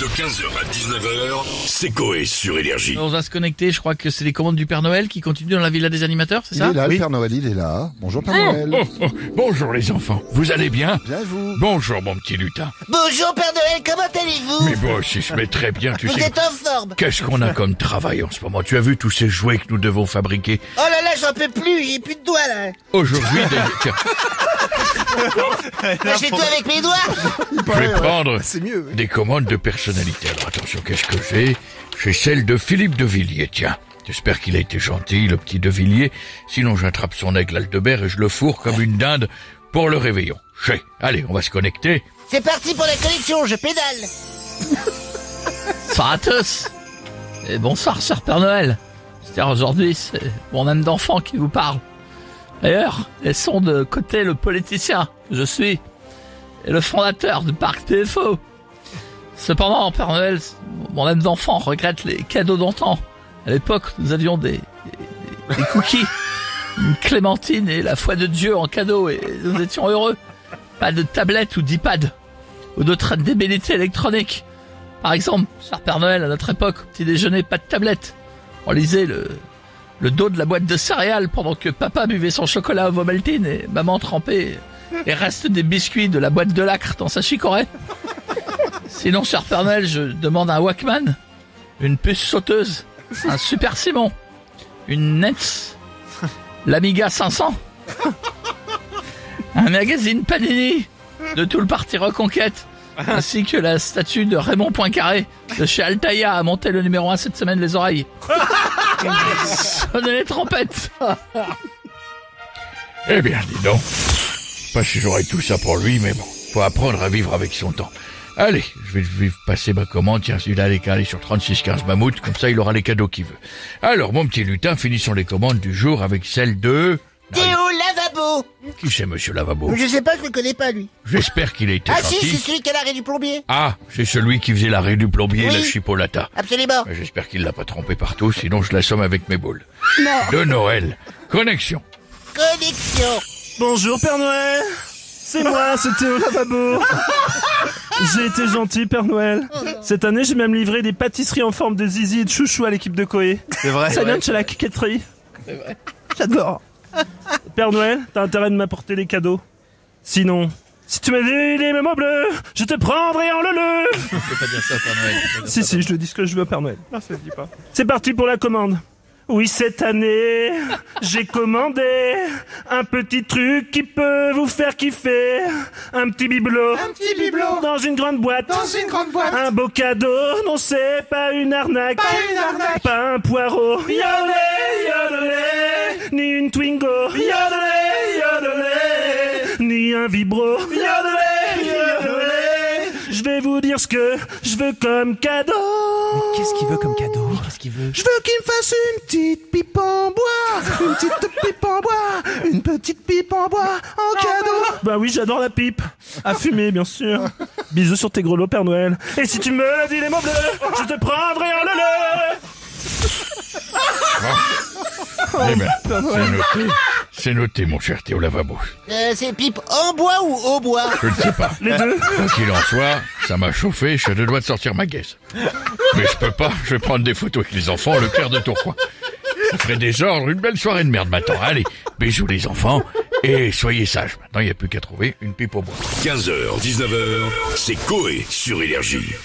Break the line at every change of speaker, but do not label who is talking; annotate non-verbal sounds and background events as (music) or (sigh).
De 15h à 19h, c'est Coé sur Énergie.
On va se connecter, je crois que c'est les commandes du Père Noël qui continuent dans la villa des animateurs, c'est
Il
ça
est là, le Père Noël, il est là. Bonjour Père Noël.
Oh, oh, bonjour les enfants, vous allez bien
Bien vous.
Bonjour mon petit lutin.
Bonjour Père Noël, comment allez-vous
Mais bon, si je mets très bien, tu
Vous
sais.
êtes en forme
Qu'est-ce qu'on
(laughs)
a comme travail en ce moment Tu as vu tous ces jouets que nous devons fabriquer
Oh là là, j'en peux plus, j'ai plus de doigts là
aujourd'hui déjà.
(laughs)
Tiens,
J'ai tout avec mes doigts
je vais
(laughs)
prendre
C'est mieux. oui.
des commandes de personnalité. Alors attention, qu'est-ce que j'ai J'ai celle de Philippe de Villiers, tiens. J'espère qu'il a été gentil, le petit de Villiers. Sinon, j'attrape son aigle Aldebert et je le fourre comme une dinde pour le réveillon. J'ai. Allez, on va se connecter.
C'est parti pour la collection, je pédale
Bonsoir à tous Et bonsoir, cher Père Noël C'est-à-dire aujourd'hui, c'est mon âme d'enfant qui vous parle. D'ailleurs, laissons de côté le politicien que je suis et le fondateur du parc PFO. Cependant, Père Noël, mon âme d'enfant regrette les cadeaux d'antan. À l'époque, nous avions des, des- des cookies, une clémentine et la foi de Dieu en cadeau et nous étions heureux. Pas de tablette ou d'iPad ou d'autres débilités électroniques. Par exemple, cher Père Noël, à notre époque, au petit déjeuner, pas de tablette. On lisait le, le dos de la boîte de céréales pendant que papa buvait son chocolat au Vomaltine et maman trempait les restes des biscuits de la boîte de lacre dans sa chicorée. Sinon, cher Père Noël, je demande un Walkman, une puce sauteuse, un Super Simon, une NES, l'Amiga 500, un magazine Panini de tout le parti Reconquête ainsi que la statue de Raymond Poincaré de chez Altaïa a monté le numéro 1 cette semaine les oreilles. Sonnez les trompettes
Eh bien, dis donc. Pas si j'aurais tout ça pour lui, mais bon, faut apprendre à vivre avec son temps. Allez, je vais, je vais passer ma commande. Tiens, celui-là, elle est calée sur 36-15 mammouth. Comme ça, il aura les cadeaux qu'il veut. Alors, mon petit lutin, finissons les commandes du jour avec celle de...
Théo Lavabo
Qui c'est, monsieur Lavabo
Je sais pas, je le connais pas lui
J'espère qu'il a été
Ah si, c'est
Oh. gentil.
celui qui a l'arrêt du plombier
Ah, c'est celui qui faisait l'arrêt du plombier et la
Oui.
chipolata. Ah,
Absolument
J'espère qu'il l'a pas trompé partout, sinon je l'assomme avec mes boules. De Noël. Connexion.
Connexion
Bonjour Père Noël C'est moi, c'est Théo Lavabo J'ai été gentil Père Noël Cette année j'ai même livré des pâtisseries en forme de zizi et de chouchou à l'équipe de Koé. C'est vrai Ça vient de chez la coquetterie. J'adore Père Noël, t'as intérêt de m'apporter des cadeaux. Sinon, si tu m'avais les mêmes bleus, je te prendrais en le le Si si, je le dis ce que je veux Père Noël. C'est parti pour la commande oui, cette année, j'ai commandé un petit truc qui peut vous faire kiffer. Un petit bibelot. Un petit bibelot. Dans une grande boîte. Dans une grande boîte. Un beau cadeau. Non, c'est pas une arnaque. Pas une arnaque. Pas un poireau. Yodelé, yodelé. Ni une Twingo. Yodelé, yodelé. Ni un vibro. Yodelé, yodelé. Je vais vous dire ce que je veux comme cadeau.
Qu'est-ce qu'il veut comme cadeau Qu'est-ce qu'il veut
Je veux qu'il me fasse une petite pipe en bois, une petite pipe en bois, une petite pipe en bois en cadeau. Bah oui, j'adore la pipe. À fumer, bien sûr. Bisous sur tes grelots, Père Noël. Et si tu me dis les mots bleus, je te prendrai un lele.
Eh
(laughs)
ben, c'est noté. C'est noté, mon cher Théo Lavabo.
Euh, C'est pipe en bois ou au bois
Je ne sais pas.
Les deux.
Quoi qu'il en soit, ça m'a chauffé, je suis à deux doigts de sortir ma caisse. Mais je peux pas, je vais prendre des photos avec les enfants, le clair de Tourcoing. Ça ferait désordre, une belle soirée de merde maintenant. Allez, bisous les enfants, et soyez sages. Maintenant, il n'y a plus qu'à trouver une pipe au bois.
15h, 19h, c'est Coé sur Énergie.